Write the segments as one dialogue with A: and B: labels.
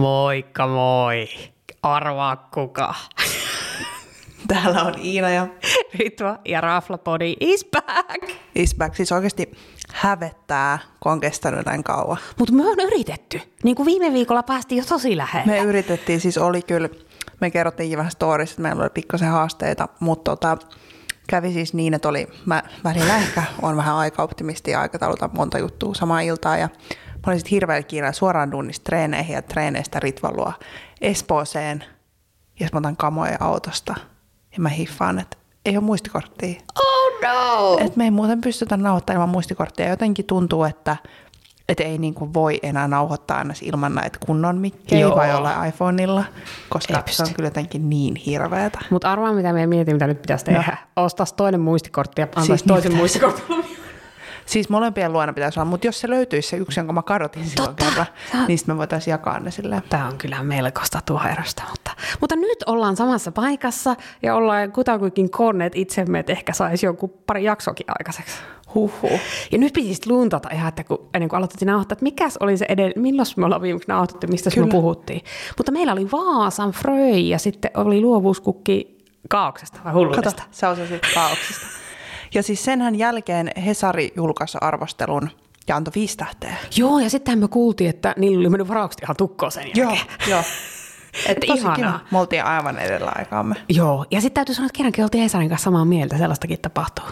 A: Moikka moi. Arvaa kuka.
B: Täällä on Iina ja
A: Ritva ja Raflapodi is back.
B: Isback. Siis oikeasti hävettää, kun on kestänyt näin kauan.
A: Mutta me on yritetty. Niin kuin viime viikolla päästiin jo tosi lähelle.
B: Me yritettiin, siis oli kyllä, me kerrottiin vähän storissa, että meillä oli pikkasen haasteita, mutta tota, kävi siis niin, että oli, mä välillä ehkä on vähän aika optimisti ja aikatauluta monta juttua samaan iltaan ja mä olin sitten hirveän kiireellä suoraan duunista treeneihin ja treeneistä Ritvan luo Espooseen ja sit mä otan kamoja autosta ja mä hiffaan, että ei ole muistikorttia.
A: Oh no!
B: Et me ei muuten pystytä nauhoittamaan ilman muistikorttia. Jotenkin tuntuu, että et ei niinku voi enää nauhoittaa aina ilman näitä kunnon mikkejä
A: Joo.
B: vai jollain iPhoneilla,
A: Ei
B: koska
A: pysty.
B: se on kyllä jotenkin niin hirveetä.
A: Mutta arvaa mitä me mietin, mitä nyt pitäisi tehdä. No. Ostas toinen muistikortti ja antaisi siis
B: Siis niin
A: toisen
B: pitäisi.
A: muistikortin.
B: Siis molempien luona pitäisi olla, mutta jos se löytyisi se yksi, jonka mä kadotin silloin
A: Totta.
B: kerran,
A: Sä-
B: niin sitten me voitaisiin jakaa ne silleen.
A: Tämä on kyllä melkoista tuoherosta, mutta, mutta nyt ollaan samassa paikassa ja ollaan kutakuinkin konneet itsemme, että ehkä saisi joku pari jaksokin aikaiseksi.
B: Huhhuh.
A: Ja nyt piti sit luntata ihan, että kun, ennen kuin aloitettiin nauhoittaa, että mikäs oli se edellä, milloin me ollaan viimeksi nauhoitettu, mistä me
B: Kyllä.
A: puhuttiin. Mutta meillä oli Vaasan Fröi ja sitten oli luovuuskukki Kaauksesta vai
B: Kato,
A: hulluudesta.
B: sä osasit kaauksesta. Ja siis senhän jälkeen Hesari julkaisi arvostelun ja antoi viisi tähteä.
A: Joo, ja sittenhän me kuultiin, että niillä oli mennyt varaukset ihan tukkoon sen jälkeen.
B: Joo, joo. Et
A: Että
B: tosi
A: ihanaa.
B: kiva. Me oltiin aivan edellä aikaamme.
A: Joo, ja sitten täytyy sanoa, että kerrankin oltiin Hesarin kanssa samaa mieltä, sellaistakin tapahtuu.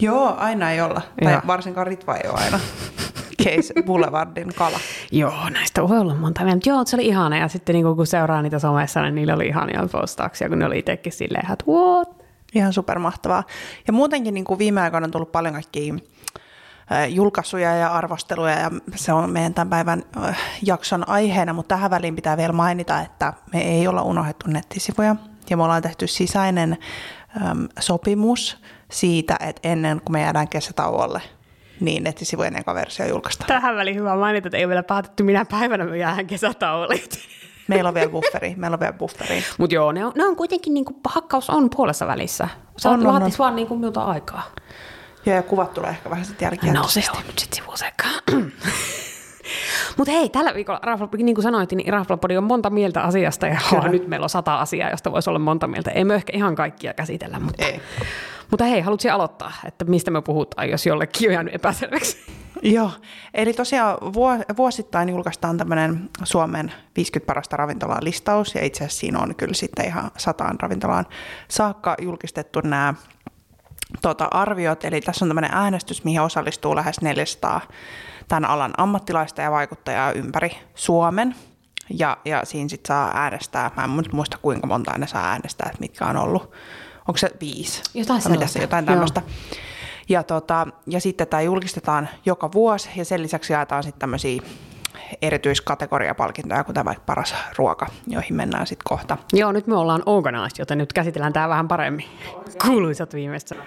B: Joo, aina ei olla. Tai
A: Joo.
B: varsinkaan Ritva ei ole aina. Case Boulevardin kala.
A: Joo, näistä voi olla monta mieltä. Joo, se oli ihana. Ja sitten niin kun seuraa niitä somessa, niin niillä oli ihania postauksia, kun ne oli itsekin silleen, että what?
B: Ihan supermahtavaa. Ja muutenkin niin kuin viime aikoina on tullut paljon kaikkia äh, julkaisuja ja arvosteluja, ja se on meidän tämän päivän äh, jakson aiheena, mutta tähän väliin pitää vielä mainita, että me ei olla unohdettu nettisivuja, ja me ollaan tehty sisäinen äm, sopimus siitä, että ennen kuin me jäädään kesätauolle, niin nettisivujen eka versio julkaistaan.
A: Tähän väliin hyvä mainita, että ei ole vielä päätetty minä päivänä me jäähän kesätauolit.
B: Meillä on vielä bufferi, meillä on vielä bufferi.
A: Mutta joo, ne on, ne on kuitenkin, niinku, hakkaus on puolessa välissä. Se on,
B: On, on,
A: vaatis vaan niinku minulta aikaa.
B: Joo, ja kuvat tulee ehkä vähän sitten jälkeen.
A: No se on nyt sitten sivusekaan. Mutta hei, tällä viikolla, Raflapodi, niin kuin sanoit, niin Raflapodi on monta mieltä asiasta ja
B: Kyllä.
A: nyt meillä on sata asiaa, josta voisi olla monta mieltä. Ei me ehkä ihan kaikkia käsitellä, mutta,
B: Ei.
A: mutta hei, haluatko aloittaa, että mistä me puhutaan, jos jollekin on jäänyt epäselväksi?
B: Joo, eli tosiaan vuo- vuosittain julkaistaan tämmöinen Suomen 50 parasta ravintolaa listaus, ja itse asiassa siinä on kyllä sitten ihan sataan ravintolaan saakka julkistettu nämä tota, arviot, eli tässä on tämmöinen äänestys, mihin osallistuu lähes 400 tämän alan ammattilaista ja vaikuttajaa ympäri Suomen. Ja, ja siinä sitten saa äänestää, mä en nyt muista kuinka monta ne saa äänestää, että mitkä on ollut. Onko se viisi?
A: Jotain
B: Vai mitä
A: sellaista,
B: se, jotain
A: joo.
B: tämmöistä. Ja, tota, ja sitten tämä julkistetaan joka vuosi ja sen lisäksi jaetaan sitten tämmöisiä erityiskategoriapalkintoja, kuten vaikka paras ruoka, joihin mennään sitten kohta.
A: Joo, nyt me ollaan organized, joten nyt käsitellään tämä vähän paremmin. Kuuluisat viimeiset sanat.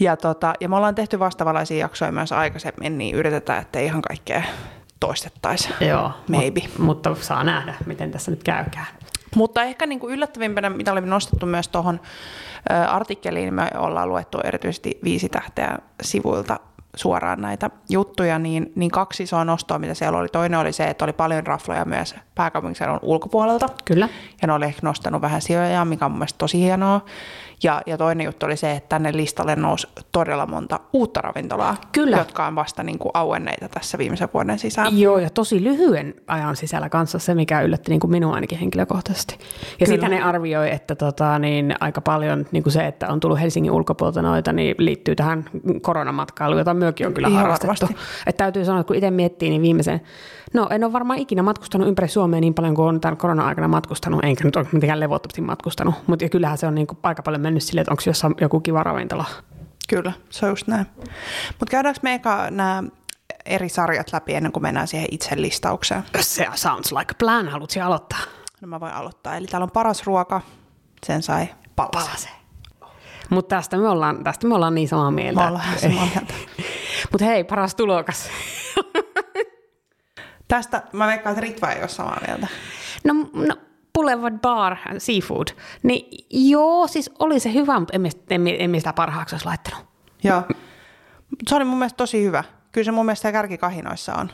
B: Ja, tota, ja me ollaan tehty vastaavanlaisia jaksoja myös aikaisemmin, niin yritetään, että ihan kaikkea toistettaisi.
A: Joo,
B: Maybe.
A: Mut, mutta saa nähdä, miten tässä nyt käykään.
B: Mutta ehkä niin kuin yllättävimpänä, mitä oli nostettu myös tuohon ö, artikkeliin, niin me ollaan luettu erityisesti viisi tähteä sivuilta suoraan näitä juttuja, niin, niin kaksi isoa nostoa, mitä siellä oli. Toinen oli se, että oli paljon rafloja myös pääkaupunkiseudun ulkopuolelta.
A: Kyllä.
B: Ja ne oli ehkä nostanut vähän sijoja, mikä on mun mielestä tosi hienoa. Ja, ja toinen juttu oli se, että tänne listalle nousi todella monta uutta ravintolaa,
A: Kyllä.
B: jotka on vasta niin kuin auenneita tässä viimeisen vuoden sisään.
A: Joo, ja tosi lyhyen ajan sisällä kanssa se, mikä yllätti niin kuin minua ainakin henkilökohtaisesti. Ja sitä ne arvioi, että tota, niin aika paljon niin kuin se, että on tullut Helsingin ulkopuolelta noita, niin liittyy tähän koronamatkailuun, jota myökin on kyllä
B: Ihan
A: harrastettu.
B: varmasti.
A: Et täytyy sanoa, että kun itse miettii, niin viimeisen, no en ole varmaan ikinä matkustanut ympäri Suomea niin paljon kuin on tämän korona-aikana matkustanut, enkä nyt ole mitenkään levottomasti matkustanut, mutta kyllähän se on niin kuin aika paljon mennyt silleen, että onko jossain joku kiva ravintola.
B: Kyllä, se on just näin. Mutta käydäänkö me eka nämä eri sarjat läpi ennen kuin mennään siihen itse listaukseen?
A: Se sounds like a plan, haluatko aloittaa?
B: No mä voin aloittaa. Eli täällä on paras ruoka, sen sai palase.
A: Palase. Mutta tästä me ollaan, tästä me ollaan niin samaa mieltä.
B: Mä oon lähes samaa mieltä.
A: Mutta hei, paras tulokas.
B: Tästä mä veikkaan, että Ritva ei ole samaa mieltä.
A: No, no Boulevard Bar Seafood. Niin joo, siis oli se hyvä, mutta emme, emme, emme sitä parhaaksi olisi laittanut.
B: Joo. Mut Se oli mun mielestä tosi hyvä. Kyllä se mun mielestä kärkikahinoissa on.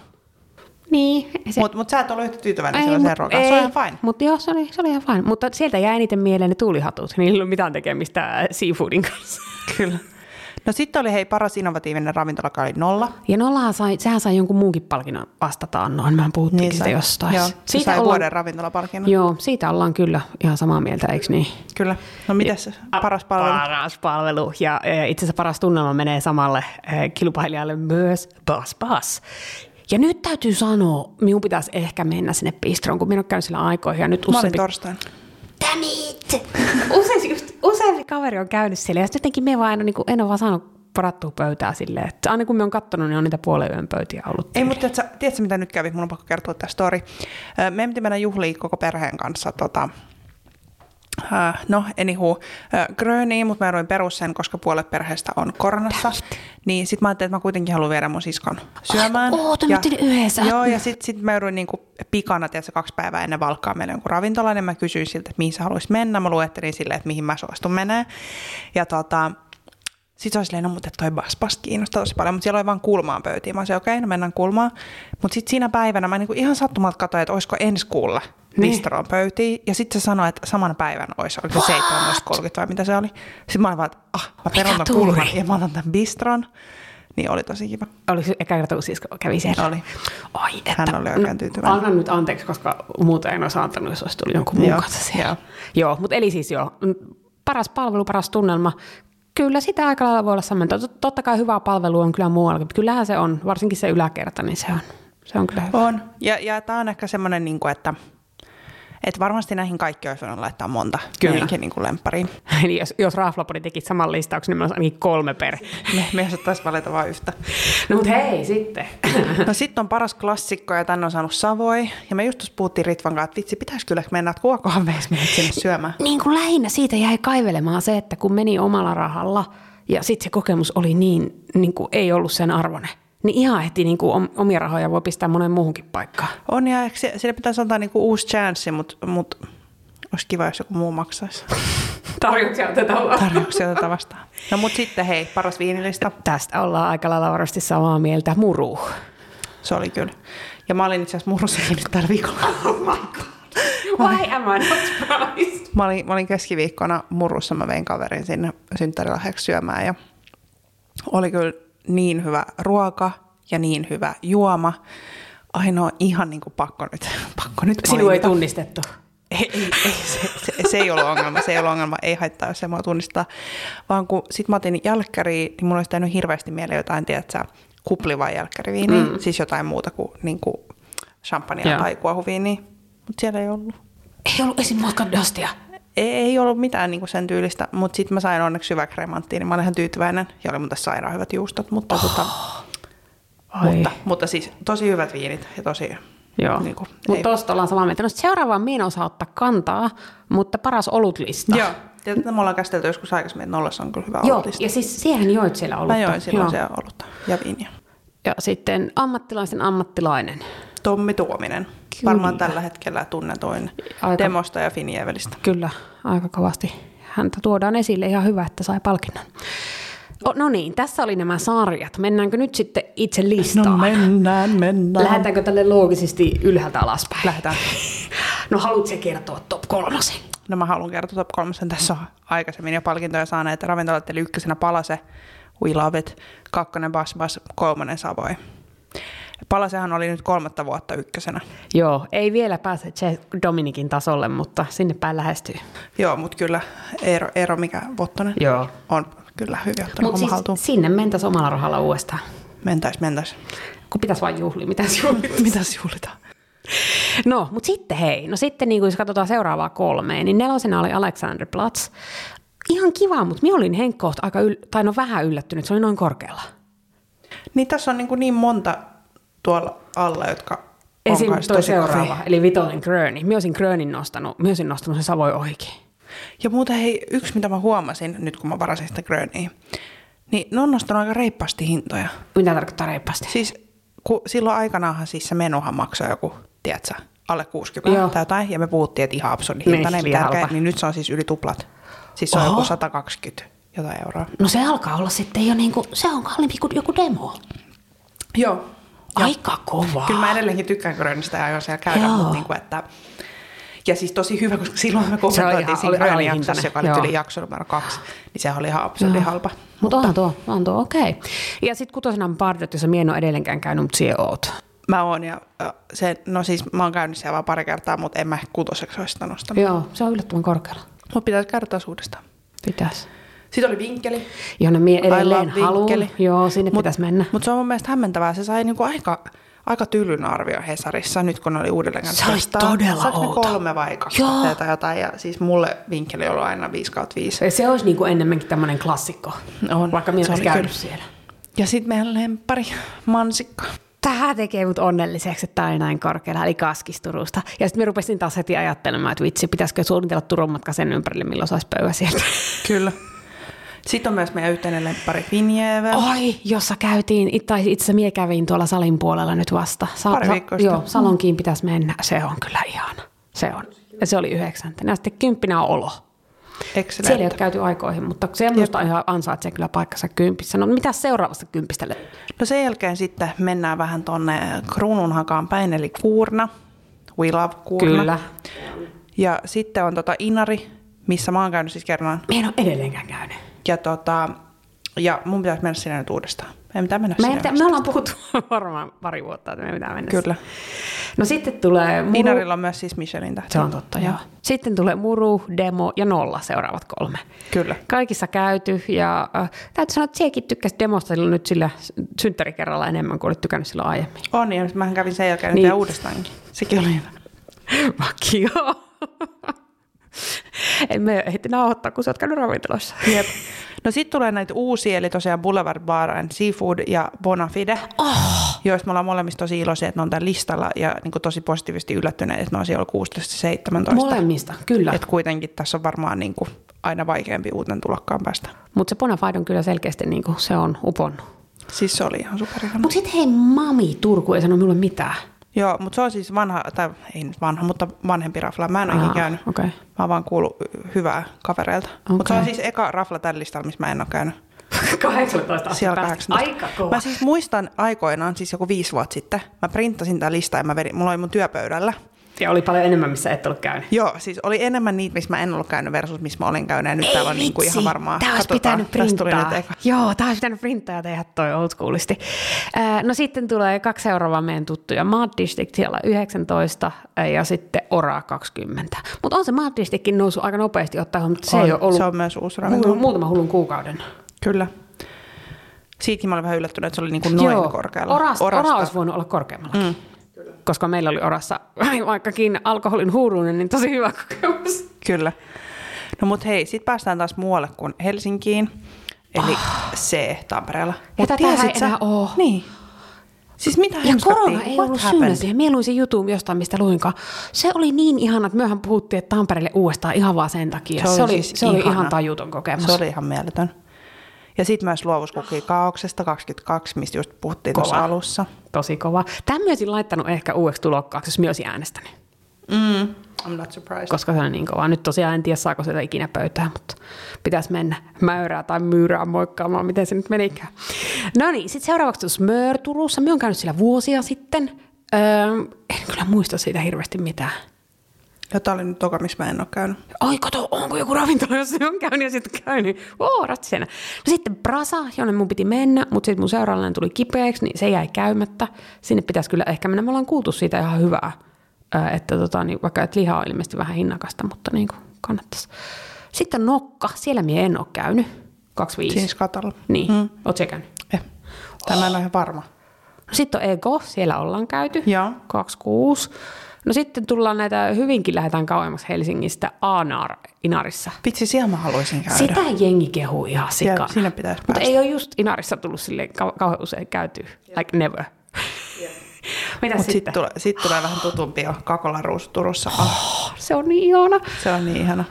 A: Niin.
B: Se... Mutta mut sä et ole yhtä tyytyväinen sellaiseen ruokaan. Se on ihan fine.
A: Mutta joo, se oli, se oli ihan fine. Mutta sieltä jäi eniten mieleen ne tuulihatut. Niillä ei ollut mitään tekemistä äh, seafoodin kanssa.
B: Kyllä. No sitten oli hei paras innovatiivinen ravintola, joka oli nolla.
A: Ja nollahan sai, sehän sai jonkun muunkin palkinnon vastataan noin. Mä puhuttiin niin sitä jostain.
B: Joo, siitä sai ollaan, vuoden ravintolapalkinnon.
A: Joo, siitä ollaan kyllä ihan samaa mieltä, eikö niin?
B: Kyllä. No mitäs ja, paras palvelu?
A: Paras palvelu. Ja e, itse asiassa paras tunnelma menee samalle e, kilpailijalle myös. Bas, bas. Ja nyt täytyy sanoa, minun pitäisi ehkä mennä sinne pistroon, kun minä olen käynyt sillä aikoihin. Ja nyt
B: Mä olin torstaina.
A: Damn it! Usein, just, useampi kaveri on käynyt siellä ja sitten jotenkin me vaan aina, niin kuin, en ole vaan saanut parattua pöytää silleen. Että aina kun me on kattonut, niin on niitä puolen yön pöytiä ollut.
B: Ei, mutta tiedätkö, tiedätkö, mitä nyt kävi? Mun on pakko kertoa tämä story. Me piti mennä juhliin koko perheen kanssa tota, Uh, no, anywho, uh, Gröniin, mutta mä jouduin perus sen, koska puolet perheestä on koronassa. Niin sit mä ajattelin, että mä kuitenkin haluan viedä mun siskon syömään.
A: Ai, oota, ja, yhdessä.
B: Joo, ja sit, sit mä jouduin niinku pikana, tiedätkö, kaksi päivää ennen valkkaa meille jonkun ravintolaan, niin mä kysyin siltä, että mihin sä haluaisit mennä. Mä luettelin silleen, että mihin mä suostun menee. Ja tota, sitten se oli silleen, no mutta toi baspas kiinnostaa tosi paljon, mutta siellä oli vain kulmaan pöytiin. Mä sanoin, okei, okay, no mennään kulmaan. Mutta sitten siinä päivänä mä niinku ihan sattumalta katsoin, että olisiko ensi kuulla niin. bistroon pöytiin. Ja sitten se sanoi, että saman päivän olisi, oliko se 17.30 vai mitä se oli. Sitten mä olin vaan, että ah, mä perun ton kulman ja mä otan tämän bistron. Niin oli tosi kiva.
A: Oliko se eka kerta, kun sisko kävi siellä?
B: Oli.
A: Oi, että... no,
B: Hän oli oikein tyytyväinen.
A: Anna nyt anteeksi, koska muuten en olisi antanut, jos olisi tullut jonkun muun joo, kanssa siellä. Joo, joo mutta eli siis joo, paras palvelu, paras tunnelma, Kyllä sitä aika lailla voi olla sammentoa. Totta kai hyvää palvelua on kyllä muualla, mutta kyllähän se on, varsinkin se yläkerta, niin se on, se on kyllä hyvä.
B: On, ja, ja tämä on ehkä semmoinen, niin kuin, että et varmasti näihin kaikki olisi voinut laittaa monta kyllä. niin kuin lemppariin.
A: Eli jos, jos Raflapodi tekit saman listauksen, niin meillä olisi ainakin kolme per.
B: Me, me osattaisiin valita vain yhtä.
A: No mutta hei, sitten.
B: No sitten on paras klassikko ja tänne on saanut Savoi. Ja me just tuossa puhuttiin Ritvan kanssa, että vitsi, pitäisi kyllä mennä kuokohan veis sinne syömään.
A: Niin kuin lähinnä siitä jäi kaivelemaan se, että kun meni omalla rahalla ja sitten se kokemus oli niin, niin kuin ei ollut sen arvoinen niin ihan ehti niin kuin omia rahoja voi pistää monen muuhunkin paikkaan.
B: On ja ehkä sille pitäisi antaa niin kuin uusi chanssi, mutta mut, olisi kiva, jos joku muu maksaisi.
A: Tarjouksia otetaan vastaan.
B: Tarjouksia otetaan vastaan. No mutta sitten hei, paras viinilista.
A: Tästä ollaan aika lailla varmasti samaa mieltä. Muru.
B: Se oli kyllä. Ja mä olin itse asiassa murussakin nyt tällä viikolla.
A: Oh my god. Why am I not surprised?
B: Mä olin, mä olin keskiviikkona murussa, mä vein kaverin sinne synttärilahjaksi syömään ja oli kyllä niin hyvä ruoka ja niin hyvä juoma. Ainoa ihan niin kuin pakko nyt. Pakko nyt
A: Sinua ei tunnistettu.
B: Ei, ei, ei se, se, se, ei ollut ongelma, se ei ollut ongelma, ei haittaa, jos se mua tunnistaa. Vaan kun sit mä otin jälkkäriin, niin mulla olisi tehnyt hirveästi mieleen jotain, tiedätkö, kuplivaa jälkkäriviiniä, mm. siis jotain muuta kuin, niin kuin champagnea tai kuohuviiniä, mutta siellä ei ollut.
A: Ei ollut esim. dustia
B: ei, ei ollut mitään niinku sen tyylistä, mutta sitten mä sain onneksi hyvää kremanttiin, niin mä olin ihan tyytyväinen ja oli mun tässä sairaan hyvät juustot, mutta, oh. tota, Ai. mutta, mutta siis tosi hyvät viinit ja tosi... niinku
A: Joo, niin mutta tosta ollaan samaa mieltä. No seuraavaan minä en osaa ottaa kantaa, mutta paras olutlista.
B: Joo, Tätä me ollaan käsitelty joskus aikaisemmin, että nollassa on kyllä hyvä
A: Joo,
B: olutlista.
A: ja siis siihen joit siellä olutta.
B: Mä join silloin Joo. siellä olutta ja viiniä.
A: Ja sitten ammattilaisen ammattilainen.
B: Tommi Tuominen. Kyllä. Varmaan tällä hetkellä tunnetuin aika, Demosta ja Finjevelistä.
A: Kyllä, aika kovasti. Häntä tuodaan esille. Ihan hyvä, että sai palkinnon. O, no niin, tässä oli nämä sarjat. Mennäänkö nyt sitten itse listaan?
B: No mennään, mennään.
A: Lähdetäänkö tälle loogisesti ylhäältä alaspäin?
B: Lähdetään.
A: No haluatko kertoa top kolmosen?
B: No mä haluan kertoa top kolmosen. Tässä on aikaisemmin jo palkintoja saaneet ravintolat, eli ykkösenä Palase, We Love It, kakkonen Bas Bas, kolmonen Savoi. Palasehan oli nyt kolmatta vuotta ykkösenä.
A: Joo, ei vielä pääse Dominikin tasolle, mutta sinne päin lähestyy.
B: Joo, mutta kyllä Eero, Eero mikä Vottonen
A: Joo.
B: on kyllä hyvin
A: Mutta siis haltuun. sinne mentäisi omalla rahalla uudestaan.
B: Mentäis, mentäis.
A: Kun pitäisi vain juhlia, mitäs juhlitaan?
B: mitäs juhlitaan?
A: No, mutta sitten hei, no sitten niin kun jos katsotaan seuraavaa kolmea, niin nelosena oli Alexanderplatz. Ihan kiva, mutta minä olin Henkko aika, yl- tai no vähän yllättynyt, se oli noin korkealla.
B: Niin tässä on niin, niin monta tuolla alla, jotka
A: Esim. toi seuraava, kofi. eli Vitoinen Gröni. Mä olisin Grönin nostanut, mä olisin nostanut sen Savoi oikein.
B: Ja muuten hei, yksi mitä mä huomasin nyt kun mä varasin sitä Gröniä, niin ne on nostanut aika reippaasti hintoja.
A: Mitä tarkoittaa reippaasti?
B: Siis kun silloin aikanaanhan siis se menuhan maksoi joku, tiedätkö, alle 60 Joo. tai jotain, ja me puhuttiin, että ihan absurdi hinta, niin, tärkeä, niin nyt se on siis yli tuplat. Siis se on Oho. joku 120 jotain euroa.
A: niinku, No se alkaa olla sitten jo niin kuin, se on kalliimpi kuin joku demo.
B: Joo,
A: Aika kovaa.
B: Kyllä mä edelleenkin tykkään Grönistä ja aion siellä käydä,
A: Joo.
B: mutta niin kuin, että... Ja siis tosi hyvä, koska silloin me
A: oli
B: kommentoitiin
A: ihan-
B: siinä
A: oli
B: Grönin
A: alihintainen,
B: jaksossa, joka oli
A: joo.
B: yli jakso numero kaksi, niin se oli ihan absurdi halpa.
A: Mutta onhan tuo, onhan tuo, okei. Ja sitten kutosena on Bardot, jossa mie en ole edelleenkään käynyt, mutta siellä oot.
B: Mä oon ja ö, se, no siis mä oon käynyt siellä vaan pari kertaa, mutta en mä kutoseksi olisi sitä nostanut.
A: Joo, se on yllättävän korkealla.
B: Mut pitäisi käydä taas uudestaan.
A: Pitäis.
B: Sitten oli vinkkeli.
A: Johon mie edelleen
B: I love
A: haluan.
B: vinkkeli.
A: Joo, sinne
B: Mut-
A: pitäisi mennä.
B: Mutta se on mun mielestä hämmentävää. Se sai niinku aika, aika tylyn arvio Hesarissa nyt, kun ne oli uudelleen
A: Se oli todella
B: Saiko ne
A: outo.
B: kolme vai kaksi
A: Joo.
B: tähteä tai jotain. Ja siis mulle vinkkeli on ollut aina 5 kautta 5.
A: Se olisi niinku enemmänkin tämmöinen klassikko,
B: On.
A: vaikka minä
B: Se
A: olisi
B: oli
A: käynyt
B: kyllä.
A: siellä.
B: Ja sitten meidän lempari, mansikka.
A: Tämä tekee mut onnelliseksi, että tämä oli näin korkealla, eli Kaskisturusta. Ja sitten me rupesin taas heti ajattelemaan, että vitsi, pitäisikö suunnitella Turun matka sen ympärille, milloin saisi pöyä sieltä.
B: Kyllä. Sitten on myös meidän yhteinen lempari Finjeve.
A: Oi, jossa käytiin, it- tai itse asiassa mie kävin tuolla salin puolella nyt vasta. Sa-
B: Pari
A: sa-
B: viikkoa sitten.
A: Joo, salonkiin pitäisi mennä. Se on kyllä ihana. Se on. Ja se oli yhdeksäntenä. Ja sitten kymppinä on olo. Siellä ei ole
B: Excellent.
A: käyty aikoihin, mutta se minusta ihan ansaitsee kyllä paikkansa kympissä. No mitä seuraavasta kympistä löytyy?
B: No sen jälkeen sitten mennään vähän tonne kruununhakaan päin, eli Kuurna. We love Kuurna.
A: Kyllä.
B: Ja sitten on tota Inari, missä mä oon käynyt siis kerran.
A: Mie en ole edelleenkään käynyt.
B: Ja, tota, ja mun pitäisi mennä sinne nyt uudestaan. Ei mitään mennä
A: Me,
B: sinne.
A: ette, me ollaan puhuttu varmaan pari vuotta, että me pitää mennä.
B: Kyllä.
A: No sitten tulee muru.
B: Inarilla on myös siis Michelin tähti.
A: Se on totta, joo. Sitten tulee muru, demo ja nolla seuraavat kolme.
B: Kyllä.
A: Kaikissa käyty ja äh, täytyy sanoa, että siekin tykkäsi demosta silloin nyt sillä synttärikerralla enemmän kuin olit tykännyt silloin aiemmin.
B: On, ja mähän kävin sen jälkeen
A: Niin.
B: niin. uudestaankin. Sekin oli hyvä.
A: Vakio. en me ehti nauhoittaa, kun sä oot käynyt ravintolassa.
B: Jep. No sitten tulee näitä uusia, eli tosiaan Boulevard Bar and Seafood ja Bonafide, oh. joista me ollaan molemmissa tosi iloisia, että ne on tämän listalla ja niin kuin tosi positiivisesti yllättyneet, että ne on siellä 16-17.
A: Molemmista, kyllä.
B: Et kuitenkin tässä on varmaan niin kuin aina vaikeampi uuteen tulokkaan päästä.
A: Mutta se Bonafide on kyllä selkeästi, niin kuin, se on uponnut.
B: Siis se oli ihan superihana.
A: Mutta sitten hei, mami Turku ei sano minulle mitään.
B: Joo, mutta se on siis vanha, tai ei nyt vanha, mutta vanhempi rafla. Mä en
A: Aa,
B: oikein käynyt.
A: okei.
B: Mä oon vaan kuullut hyvää kavereilta. Okay. Mutta se on
A: Okei.
B: siis eka rafla tällä listalla, missä mä en ole käynyt.
A: 18
B: Siellä
A: päästä.
B: 18.
A: Aika kova.
B: Mä siis muistan aikoinaan, siis joku viisi vuotta sitten, mä printtasin tämän listan ja mä vedin, mulla oli mun työpöydällä.
A: Ja oli paljon enemmän, missä et ollut käynyt.
B: Joo, siis oli enemmän niitä, missä mä en ollut käynyt versus missä mä olin käynyt. Ja nyt täällä on niinku ihan varmaan.
A: Tämä olisi pitänyt
B: tästä tuli
A: printtaa.
B: nyt eka.
A: Joo, tämä olisi pitänyt printtaa ja tehdä toi oldschoolisti. Äh, No sitten tulee kaksi seuraavaa meidän tuttuja. Mad District siellä 19 äh, ja sitten Ora 20. Mutta on se Mad Districtin noussut aika nopeasti ottaa, mutta se
B: On.
A: ei ole ollut
B: Se on myös uusi
A: mu-
B: ravintola.
A: muutama hullun kuukauden.
B: Kyllä. Siitäkin mä olin vähän yllättynyt, että se oli niinku noin
A: Joo.
B: korkealla.
A: Oras,
B: Orasta.
A: Ora olisi voinut olla korkeammallakin. Mm. Koska meillä oli Orassa, vaikkakin alkoholin huuruinen, niin tosi hyvä kokemus.
B: Kyllä. No mut hei, sit päästään taas muualle kuin Helsinkiin. Eli C Tampereella. Mut
A: tätähän Ah. ei
B: tiesit sä-
A: enää oo.
B: Niin. Siis mitä
A: Ja
B: hemskattiin?
A: korona ei
B: What
A: ollut syynä
B: happened?
A: siihen. Mie luin sen jutun jostain, mistä luinkaan. Se oli niin ihana, että myöhän puhuttiin, että Tampereelle uudestaan ihan vaan sen takia. Se, se oli,
B: siis
A: se oli
B: ihana.
A: ihan tajuton kokemus.
B: Se oli ihan mieletön. Ja sitten myös luovuuskukki kaauksesta 22, mistä just puhuttiin tuossa
A: Kova.
B: alussa.
A: Tosi kova. Tämän myös laittanut ehkä uudeksi tulokkaaksi, jos minä olisin äänestänyt,
B: Mm. I'm not surprised.
A: koska se on niin kova. Nyt tosiaan en tiedä, saako sitä ikinä pöytää, mutta pitäisi mennä mäyrää tai myyrää moikkaamaan, miten se nyt menikään. No niin, sitten seuraavaksi tuossa Möör Turussa. Minä olen käynyt siellä vuosia sitten. Öö, en kyllä muista siitä hirveästi mitään.
B: Jota oli nyt toka, missä mä en ole käynyt.
A: Ai kato, onko joku ravintola, jos se on käynyt ja sitten käynyt. Oo, ratsena. No sitten Brasa, jonne mun piti mennä, mutta sitten mun seuraavainen tuli kipeäksi, niin se jäi käymättä. Sinne pitäisi kyllä ehkä mennä. Me ollaan kuultu siitä ihan hyvää, Ö, että tota, niin, vaikka et liha on ilmeisesti vähän hinnakasta, mutta niin kuin kannattaisi. Sitten Nokka, siellä mie en ole käynyt. 25.
B: Siis katolla.
A: Niin, Oh. mm. oot sä käynyt?
B: Eh. Tai mä en ole ihan varma.
A: No sitten on Ego, siellä ollaan käyty.
B: Joo.
A: 26. No sitten tullaan näitä, hyvinkin lähdetään kauemmas Helsingistä, Anar, Inarissa.
B: Vitsi, siellä mä haluaisin käydä.
A: Sitä jengi kehuu ihan sikana.
B: siinä pitäisi
A: Mutta
B: päästä.
A: ei ole just Inarissa tullut sille kau- kauhean usein käytyä. Like never. Mitä
B: Mut
A: sitten?
B: sitten tulee, sit tulee vähän tutumpia Kakola Ruusu Turussa. Ah,
A: Se on niin ihana.
B: se on niin ihana.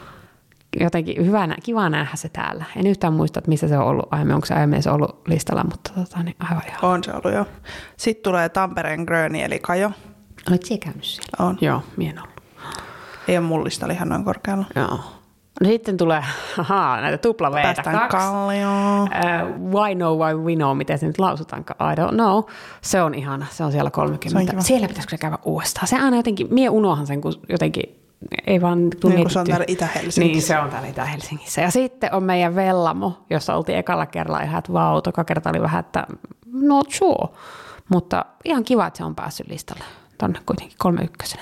A: Jotenkin hyvä, nä- kiva nähdä se täällä. En yhtään muista, että missä se on ollut aiemmin. Onko se aiemmin edes ollut listalla, mutta tota, niin aivan ihan.
B: On se ollut jo. Sitten tulee Tampereen Gröni eli Kajo.
A: Olet siellä käynyt siellä?
B: On.
A: Joo, mien ollut.
B: Ei ole mullista ihan noin korkealla.
A: Joo. No sitten tulee, ahaa, näitä tupla V-tä
B: Päästään
A: kaksi.
B: kallioon.
A: Uh, why no, why we know, miten se nyt lausutaankaan, I don't know. Se on ihana, se on siellä 30.
B: Se on
A: On
B: kiva.
A: siellä pitäisikö se käydä uudestaan? Se aina jotenkin, mie unohan sen, kun jotenkin ei vaan tule
B: Niin, kun se on
A: mietittyä.
B: täällä Itä-Helsingissä.
A: Niin, se on täällä Itä-Helsingissä. Ja sitten on meidän Vellamo, jossa oltiin ekalla kerralla ihan, että vau, toka kerta oli vähän, että not sure. Mutta ihan kiva, että se on päässyt listalle tonne kuitenkin kolme ykkösenä.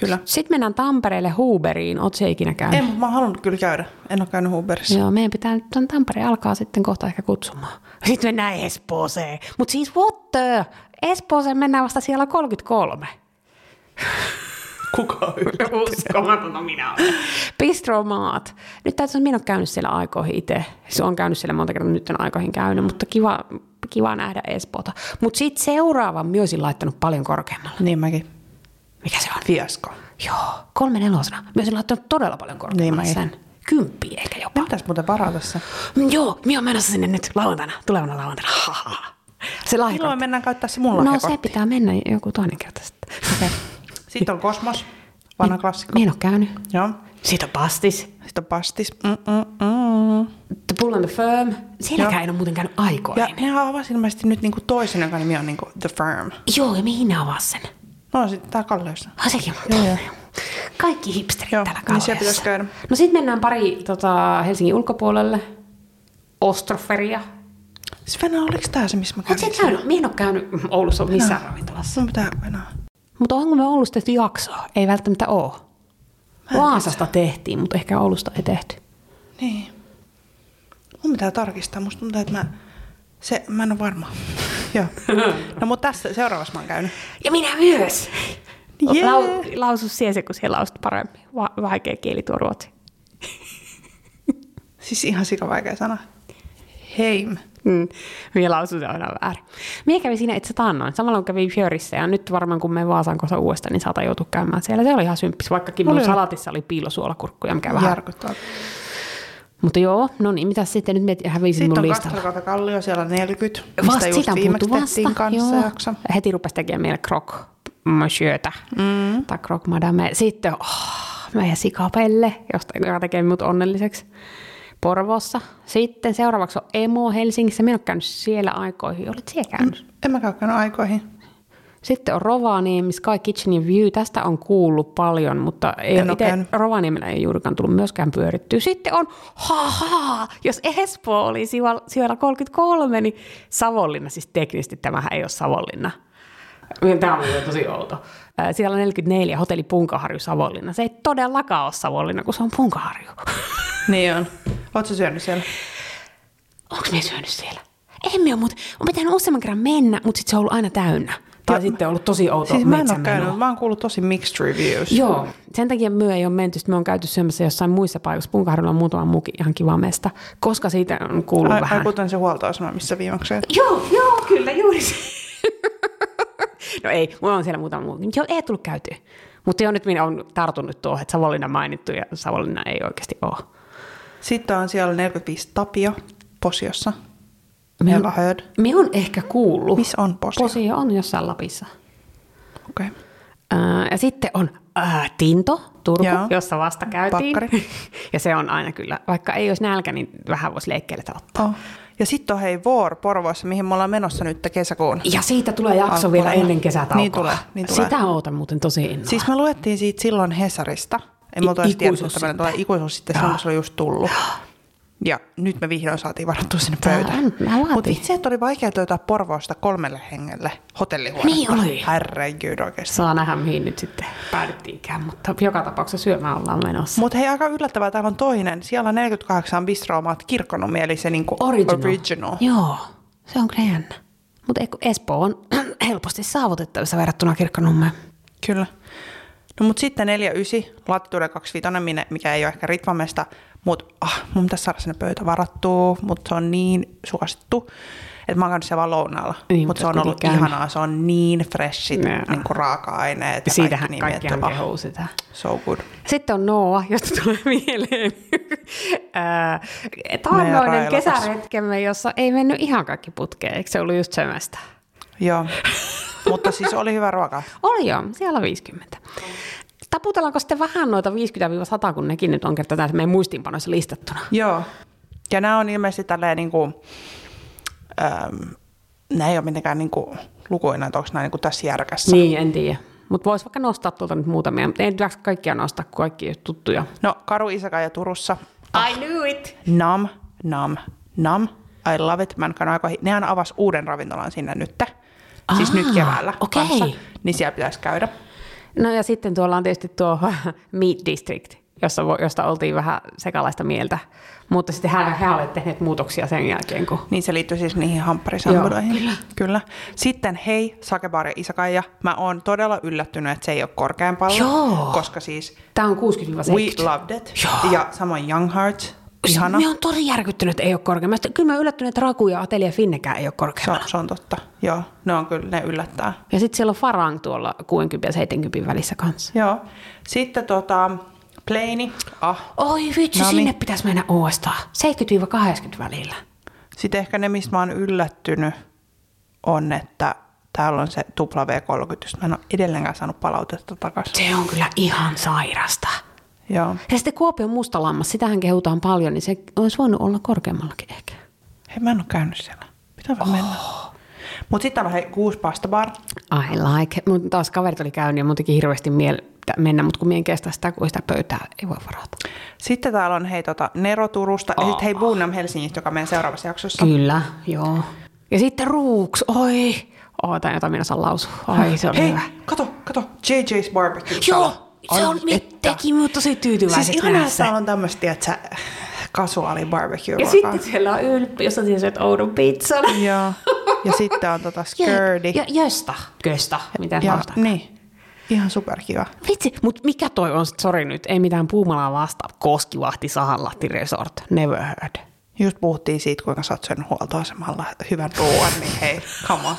B: Kyllä.
A: Sitten mennään Tampereelle Huberiin, oot se ikinä käynyt?
B: En, mä oon halunnut kyllä käydä. En ole käynyt Uberissa.
A: Joo, meidän pitää nyt tuon Tampere alkaa sitten kohta ehkä kutsumaan. Sitten mennään Espooseen. Mutta siis what the? Espooseen mennään vasta siellä 33.
B: Kuka yllä?
A: Uskomatonta no minä olen. Bistromaat. Nyt täytyy sanoa, että minä olen käynyt siellä aikoihin itse. Se on käynyt siellä monta kertaa, nyt en aikoihin käynyt, mutta kiva, kiva nähdä Espoota. Mutta sitten seuraavan myös laittanut paljon korkeammalle.
B: Niin mäkin.
A: Mikä se on?
B: Fiasko.
A: Joo, kolme nelosena. Myös laittanut todella paljon korkeammalle
B: Niin mäkin.
A: sen. Kymppiä ehkä jopa.
B: Mä pitäisi muuten varata se.
A: Mm, Joo, minä olen menossa sinne nyt lauantaina, tulevana lauantaina. Ha, ha, ha. Se
B: Milloin
A: lahjakortti.
B: mennään käyttää se mun
A: No
B: lahjakortti?
A: se pitää mennä joku toinen kerta sitten.
B: Sitten on Kosmos, vanha klassikko.
A: Minä en ole käynyt.
B: Joo.
A: Siitä on Pastis.
B: Sitten on Pastis. Mm, Mm-mm-mm.
A: The Bull and the Firm. Sielläkään en ole muuten käynyt
B: Ja
A: aikoihin.
B: ne avasi ilmeisesti nyt niinku toisen, jonka nimi on niinku The Firm.
A: Joo, ja mihin ne avaa sen?
B: No sitten tää Kalliossa.
A: Ah, sekin on.
B: Joo, joo.
A: Kaikki hipsterit
B: Joo,
A: täällä
B: niin siellä
A: Kalliossa.
B: pitäisi käydä.
A: No sitten mennään pari tota, Helsingin ulkopuolelle. Ostroferia.
B: Svena, oliko tää se, missä mä
A: Oletko
B: kävin?
A: sä käynyt? Minä en ole käynyt Oulussa missään
B: No.
A: ravintolassa.
B: Sun pitää mennä.
A: Mutta onko me Oulusta tehty jaksoa? Ei välttämättä ole. Vaasasta tehtiin, mutta ehkä Oulusta ei tehty.
B: Niin. Mun pitää tarkistaa. Musta tuntuu, että mä... Se, mä en ole varma. Joo. No mutta tässä seuraavassa mä oon käynyt.
A: Ja minä myös!
B: Jee.
A: Yeah. Lau- lausu siellä se, kun siellä lausut paremmin. Va- vaikea kieli tuo ruotsi.
B: Siis ihan sikavaikea sana. Heim.
A: Mm. Minä lausun se aina väärin. Minä kävin siinä itse taannoin. Samalla kun kävin Fjörissä ja nyt varmaan kun me Vaasaan kohta uudestaan, niin saatan joutua käymään siellä. Se oli ihan symppis, vaikkakin
B: Oli.
A: minun salatissa oli piilosuolakurkkuja, mikä vähän.
B: Järkyttävää.
A: Mutta joo, no niin, mitä sitten nyt mietin, hävisin
B: Sitten
A: mun
B: on
A: listalla.
B: 200 kallio, siellä on 40, mistä
A: Vasta
B: just
A: sitä on
B: viimeksi
A: puhuttu
B: tehtiin
A: vasta.
B: kanssa
A: joo.
B: jakso.
A: Heti rupesi tekemään meille croc monsieurtä mm. tai croc madame. Sitten oh, meidän sikapelle, josta, joka tekee minut onnelliseksi. Porvossa. Sitten seuraavaksi on Emo Helsingissä. Minä olen käynyt siellä aikoihin. Olet siellä käynyt? Mm.
B: En mä käynyt aikoihin.
A: Sitten on Rovaniemi, Sky Kitchenin View. Tästä on kuullut paljon, mutta ei
B: En oo
A: ite,
B: käynyt.
A: Rovaniemellä ei juurikaan tullut myöskään pyörittyä. Sitten on, haha, jos Espoo oli siva- siellä 33, niin Savonlinna, siis teknisesti tämähän ei ole Savonlinna. Tämä on muuten tosi outo. Ää, Siellä on 44, hotelli Punkaharju Savonlinna. Se ei todellakaan ole Savonlinna, kun se on Punkaharju.
B: Niin on. Ootko sä syönyt siellä?
A: Onko me syönyt siellä? En me ole, mutta on pitänyt useamman kerran mennä, mutta sitten se on ollut aina täynnä. Tai
B: Joo.
A: sitten on ollut tosi outo
B: Siis mä en ole
A: metsämeno.
B: käynyt, mä oon kuullut tosi mixed reviews.
A: Joo, sen takia myö ei ole menty. Sitten me on käyty syömässä jossain muissa paikoissa. Punkaharjulla on muutama muukin ihan kiva mesta, koska siitä on kuullut
B: Ai,
A: vähän.
B: ai kuten se huoltoasema, missä viimeksi söit.
A: Joo, joo, kyllä juuri se. no ei, mulla on siellä muutama muu. Joo, ei tullut käyty. Mutta joo, nyt minä olen tartunut tuohon, että Savonlinna mainittu ja Savonlinna ei oikeasti ole.
B: Sitten on siellä 45 Tapio Posiossa.
A: Me-
B: Meillä heard.
A: Me on ehkä kuullut.
B: Missä on Posio? Okei.
A: Posio on jossain Lapissa.
B: Okay.
A: Ää, Ja sitten on ää, Tinto, Turku,
B: Joo.
A: Joo. jossa vasta käytiin.
B: Pakkari.
A: Ja se on aina kyllä, vaikka ei olisi nälkä, niin vähän voisi leikkeellä ottaa.
B: Oh. Ja sitten on hei Vuor Porvoossa, mihin me ollaan menossa nyt kesäkuun.
A: Ja siitä tulee jakso
B: Alkuvuonna.
A: vielä ennen kesätaukoa.
B: Niin tulee, niin tulee.
A: Sitä ootan muuten tosi innolla.
B: Siis me luettiin siitä silloin Hesarista. En
A: I-
B: mä toisi tiedä,
A: ikuisuus
B: että tämmöinen
A: sitten.
B: tulee ikuisuus sitten silloin, kun se oli just tullut. Ja nyt me vihdoin saatiin varattua sinne pöytään.
A: on- nää vaatii.
B: Mutta itse, että oli vaikea löytää Porvoosta kolmelle hengelle hotellihuonetta.
A: Niin oli.
B: Herregud oikeasti.
A: Saa nähdä, mihin nyt sitten päädyttiinkään, mutta joka tapauksessa syömään ollaan menossa.
B: Mutta hei, aika yllättävää, täällä on toinen. Siellä on 48 bistroomaat kirkkonumi, eli se niinku
A: Original.
B: original.
A: Joo, se on kyllä jännä. Mutta Espoo on helposti saavutettavissa verrattuna kirkkonummeen.
B: Kyllä. No mutta sitten 49, latituuden 25, minne- mikä ei ole ehkä ritvamesta, mutta ah, mun pitäisi saada sinne pöytä varattua, mutta se on niin suosittu, että mä oon käynyt siellä vaan lounaalla.
A: Niin,
B: Niin,
A: mutta
B: mutta se on
A: kuitenkin
B: ollut
A: käynyt.
B: ihanaa, se on niin freshit
A: Joo.
B: niin kuin raaka-aineet.
A: Ja
B: ja
A: siitähän
B: niin
A: kaikkihan
B: miettii,
A: kehuu sitä.
B: ah, so good.
A: Sitten on Noa, josta tulee mieleen ää,
B: Meidän
A: taannoinen
B: railakas.
A: kesäretkemme, jossa ei mennyt ihan kaikki putkeen. Eikö se ollut just sömästä?
B: Joo, mutta siis oli hyvä ruoka.
A: Oli joo, siellä 50. taputellaanko sitten vähän noita 50-100, kun nekin nyt on kerta tässä meidän muistiinpanoissa listattuna?
B: Joo. Ja nämä on ilmeisesti tälleen niin kuin, äm, nämä ei ole mitenkään niin kuin lukuina, että onko nämä niin kuin tässä järkässä.
A: Niin, en tiedä. Mutta voisi vaikka nostaa tuolta nyt muutamia, mutta ei nyt jaksa kaikkia nostaa, kun kaikki ei ole tuttuja. Ah.
B: No, Karu Isaka ja Turussa.
A: I knew it!
B: Nam, nam, nam. I love it. Mä en kannan aika... hi- Nehän avasi uuden ravintolan sinne nyt. Siis
A: Aa,
B: nyt keväällä
A: okei.
B: kanssa. Niin siellä pitäisi käydä.
A: No ja sitten tuolla on tietysti tuo Meat District, jossa, vo- josta oltiin vähän sekalaista mieltä. Mutta sitten hän, hän oli tehneet muutoksia sen jälkeen, kun...
B: Niin se liittyy siis niihin hampparisambudoihin.
A: Joo, kyllä.
B: kyllä. Sitten hei, Sakebar ja Isakaija. Mä oon todella yllättynyt, että se ei ole korkeampalla.
A: Joo.
B: Koska siis
A: Tämä on 60-70.
B: We loved it.
A: Joo.
B: Ja samoin Young Heart.
A: Siis
B: Ihana.
A: Me on tosi järkyttynyt, että ei ole korkeammalla. Sitten Kyllä mä oon yllättynyt, että Raku ja Atelia Finnekään ei ole
B: Se on,
A: korkeammalla.
B: se on totta. Joo, ne on kyllä, ne yllättää.
A: Ja sitten siellä on Farang tuolla 60 ja 70 välissä kanssa.
B: Joo. Sitten tota, Plaini. Ah.
A: Oi vitsi,
B: No
A: no,
B: niin.
A: sinne pitäisi mennä uudestaan. 70-80 välillä.
B: Sitten ehkä ne, mistä mä oon yllättynyt, on, että täällä on se W30, josta mä en ole edelleenkään saanut palautetta takaisin.
A: Se on kyllä ihan sairasta.
B: Joo.
A: Ja sitten Kuopion mustalammas, sitähän kehutaan paljon, niin se olisi voinut olla korkeammallakin ehkä.
B: Hei, mä en ole käynyt siellä. Pitää vaan oh. mennä. Mutta sitten täällä on hei, kuusi pastabar.
A: I like. Mun taas kaverit oli käynyt ja muutenkin hirveästi mieltä mennä, mutta kun mien kestä sitä, kun sitä pöytää ei voi varata.
B: Sitten täällä on hei tota, Nero Turusta ja
A: Ah.
B: sitten hei Boonam Helsingistä, joka on meidän seuraavassa jaksossa.
A: Kyllä, joo. Ja sitten ruuks, oi. Ootan jotain minä saan lausua. Ai, se on
B: hei,
A: hyvä.
B: kato, kato, JJ's Barbecue.
A: Joo, se on, me
B: että.
A: teki minut tosi
B: Siis
A: tyytyväiseksi
B: ihanaa,
A: nähdä
B: että
A: se.
B: täällä on tämmöistä, tiedätkö, kasuaali barbecue
A: Ja sitten siellä on ylppö, jossa sinä syöt oudon pizzan.
B: Joo. Ja sitten on tota
A: Jep.
B: skirdi.
A: Ja, jöstä. Köstä, miten
B: ja,
A: sanotaan.
B: niin. Ihan superkiva.
A: Vitsi, mutta mikä toi on, sori nyt, ei mitään puumalaa vastaan. Koskivahti, Sahanlahti Resort, never heard.
B: Just puhuttiin siitä, kuinka sä oot syönyt huoltoasemalla hyvän ruoan, niin hei, come on.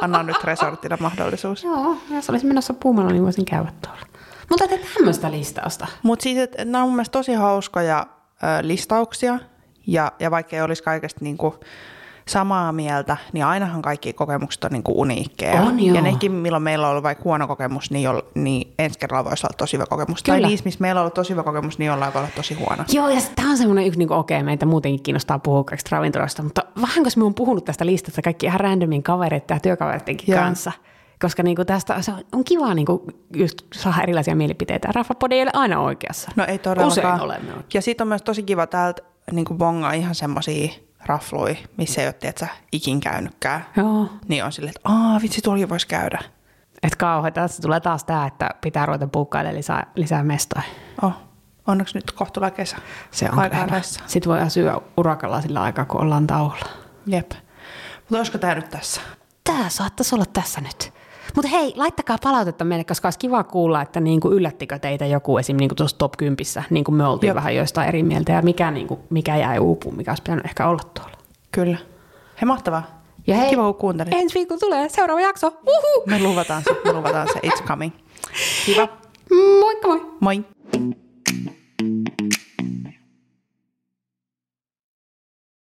B: Anna nyt resortille mahdollisuus.
A: Joo, jos olisin menossa puumalla, niin voisin käydä tuolla. Mutta tätä tämmöistä listausta.
B: Mutta siis, et, nämä on mun mielestä tosi hauskoja ö, listauksia. Ja, ja vaikka ei olisi kaikesta niinku samaa mieltä, niin ainahan kaikki kokemukset on niinku uniikkeja.
A: On,
B: ja
A: joo.
B: nekin, milloin meillä on ollut vaikka huono kokemus, niin, joll, niin ensi kerralla voisi olla tosi hyvä kokemus.
A: Kyllä.
B: Tai niissä, missä meillä on ollut tosi hyvä kokemus, niin jollain voi olla tosi huono.
A: Joo, ja tämä on semmoinen yksi, niin okei, okay, meitä muutenkin kiinnostaa puhua kaikista ravintoloista, mutta vähän koska me on puhunut tästä listasta kaikki ihan randomin kavereiden ja työkavereidenkin
B: Joo.
A: kanssa, koska niin kuin tästä se on, on kiva niin kuin just saada erilaisia mielipiteitä. Raffa Podi ei ole aina oikeassa.
B: No ei todellakaan.
A: Usein olemme oikeassa.
B: Ja sitten on myös tosi kiva täältä niin bongaa ihan semmosia raflui, missä ei ole tiedätkö, ikin käynytkään.
A: Joo.
B: Niin on silleen, että aah vitsi, tuolla voisi käydä.
A: Että kauhean, tässä tulee taas tämä, että pitää ruveta bukkailemaan lisää, lisää mestoja.
B: Oh, onneksi nyt kohta tulee kesä.
A: Se on
B: Aika
A: kyllä hyvä.
B: edessä.
A: Sitten voi syödä urakalla sillä aikaa, kun ollaan tauolla.
B: Jep. Mutta olisiko tämä nyt tässä?
A: Tämä saattaisi olla tässä nyt. Mutta hei, laittakaa palautetta meille, koska olisi kiva kuulla, että niin kuin yllättikö teitä joku esim. Niin kuin tuossa top 10, niin kuin me oltiin
B: Jep.
A: Jop. vähän joistain eri mieltä ja mikä, niin kuin, mikä jäi uupuun, mikä olisi pitänyt ehkä olla tuolla.
B: Kyllä. Hei, mahtavaa.
A: Ja hei,
B: Kiva, kun kuuntelit. No.
A: ensi viikolla tulee seuraava jakso. Uhu!
B: Me luvataan se, me luvataan se. It's coming. Kiva.
A: Moikka moi!
B: Moi.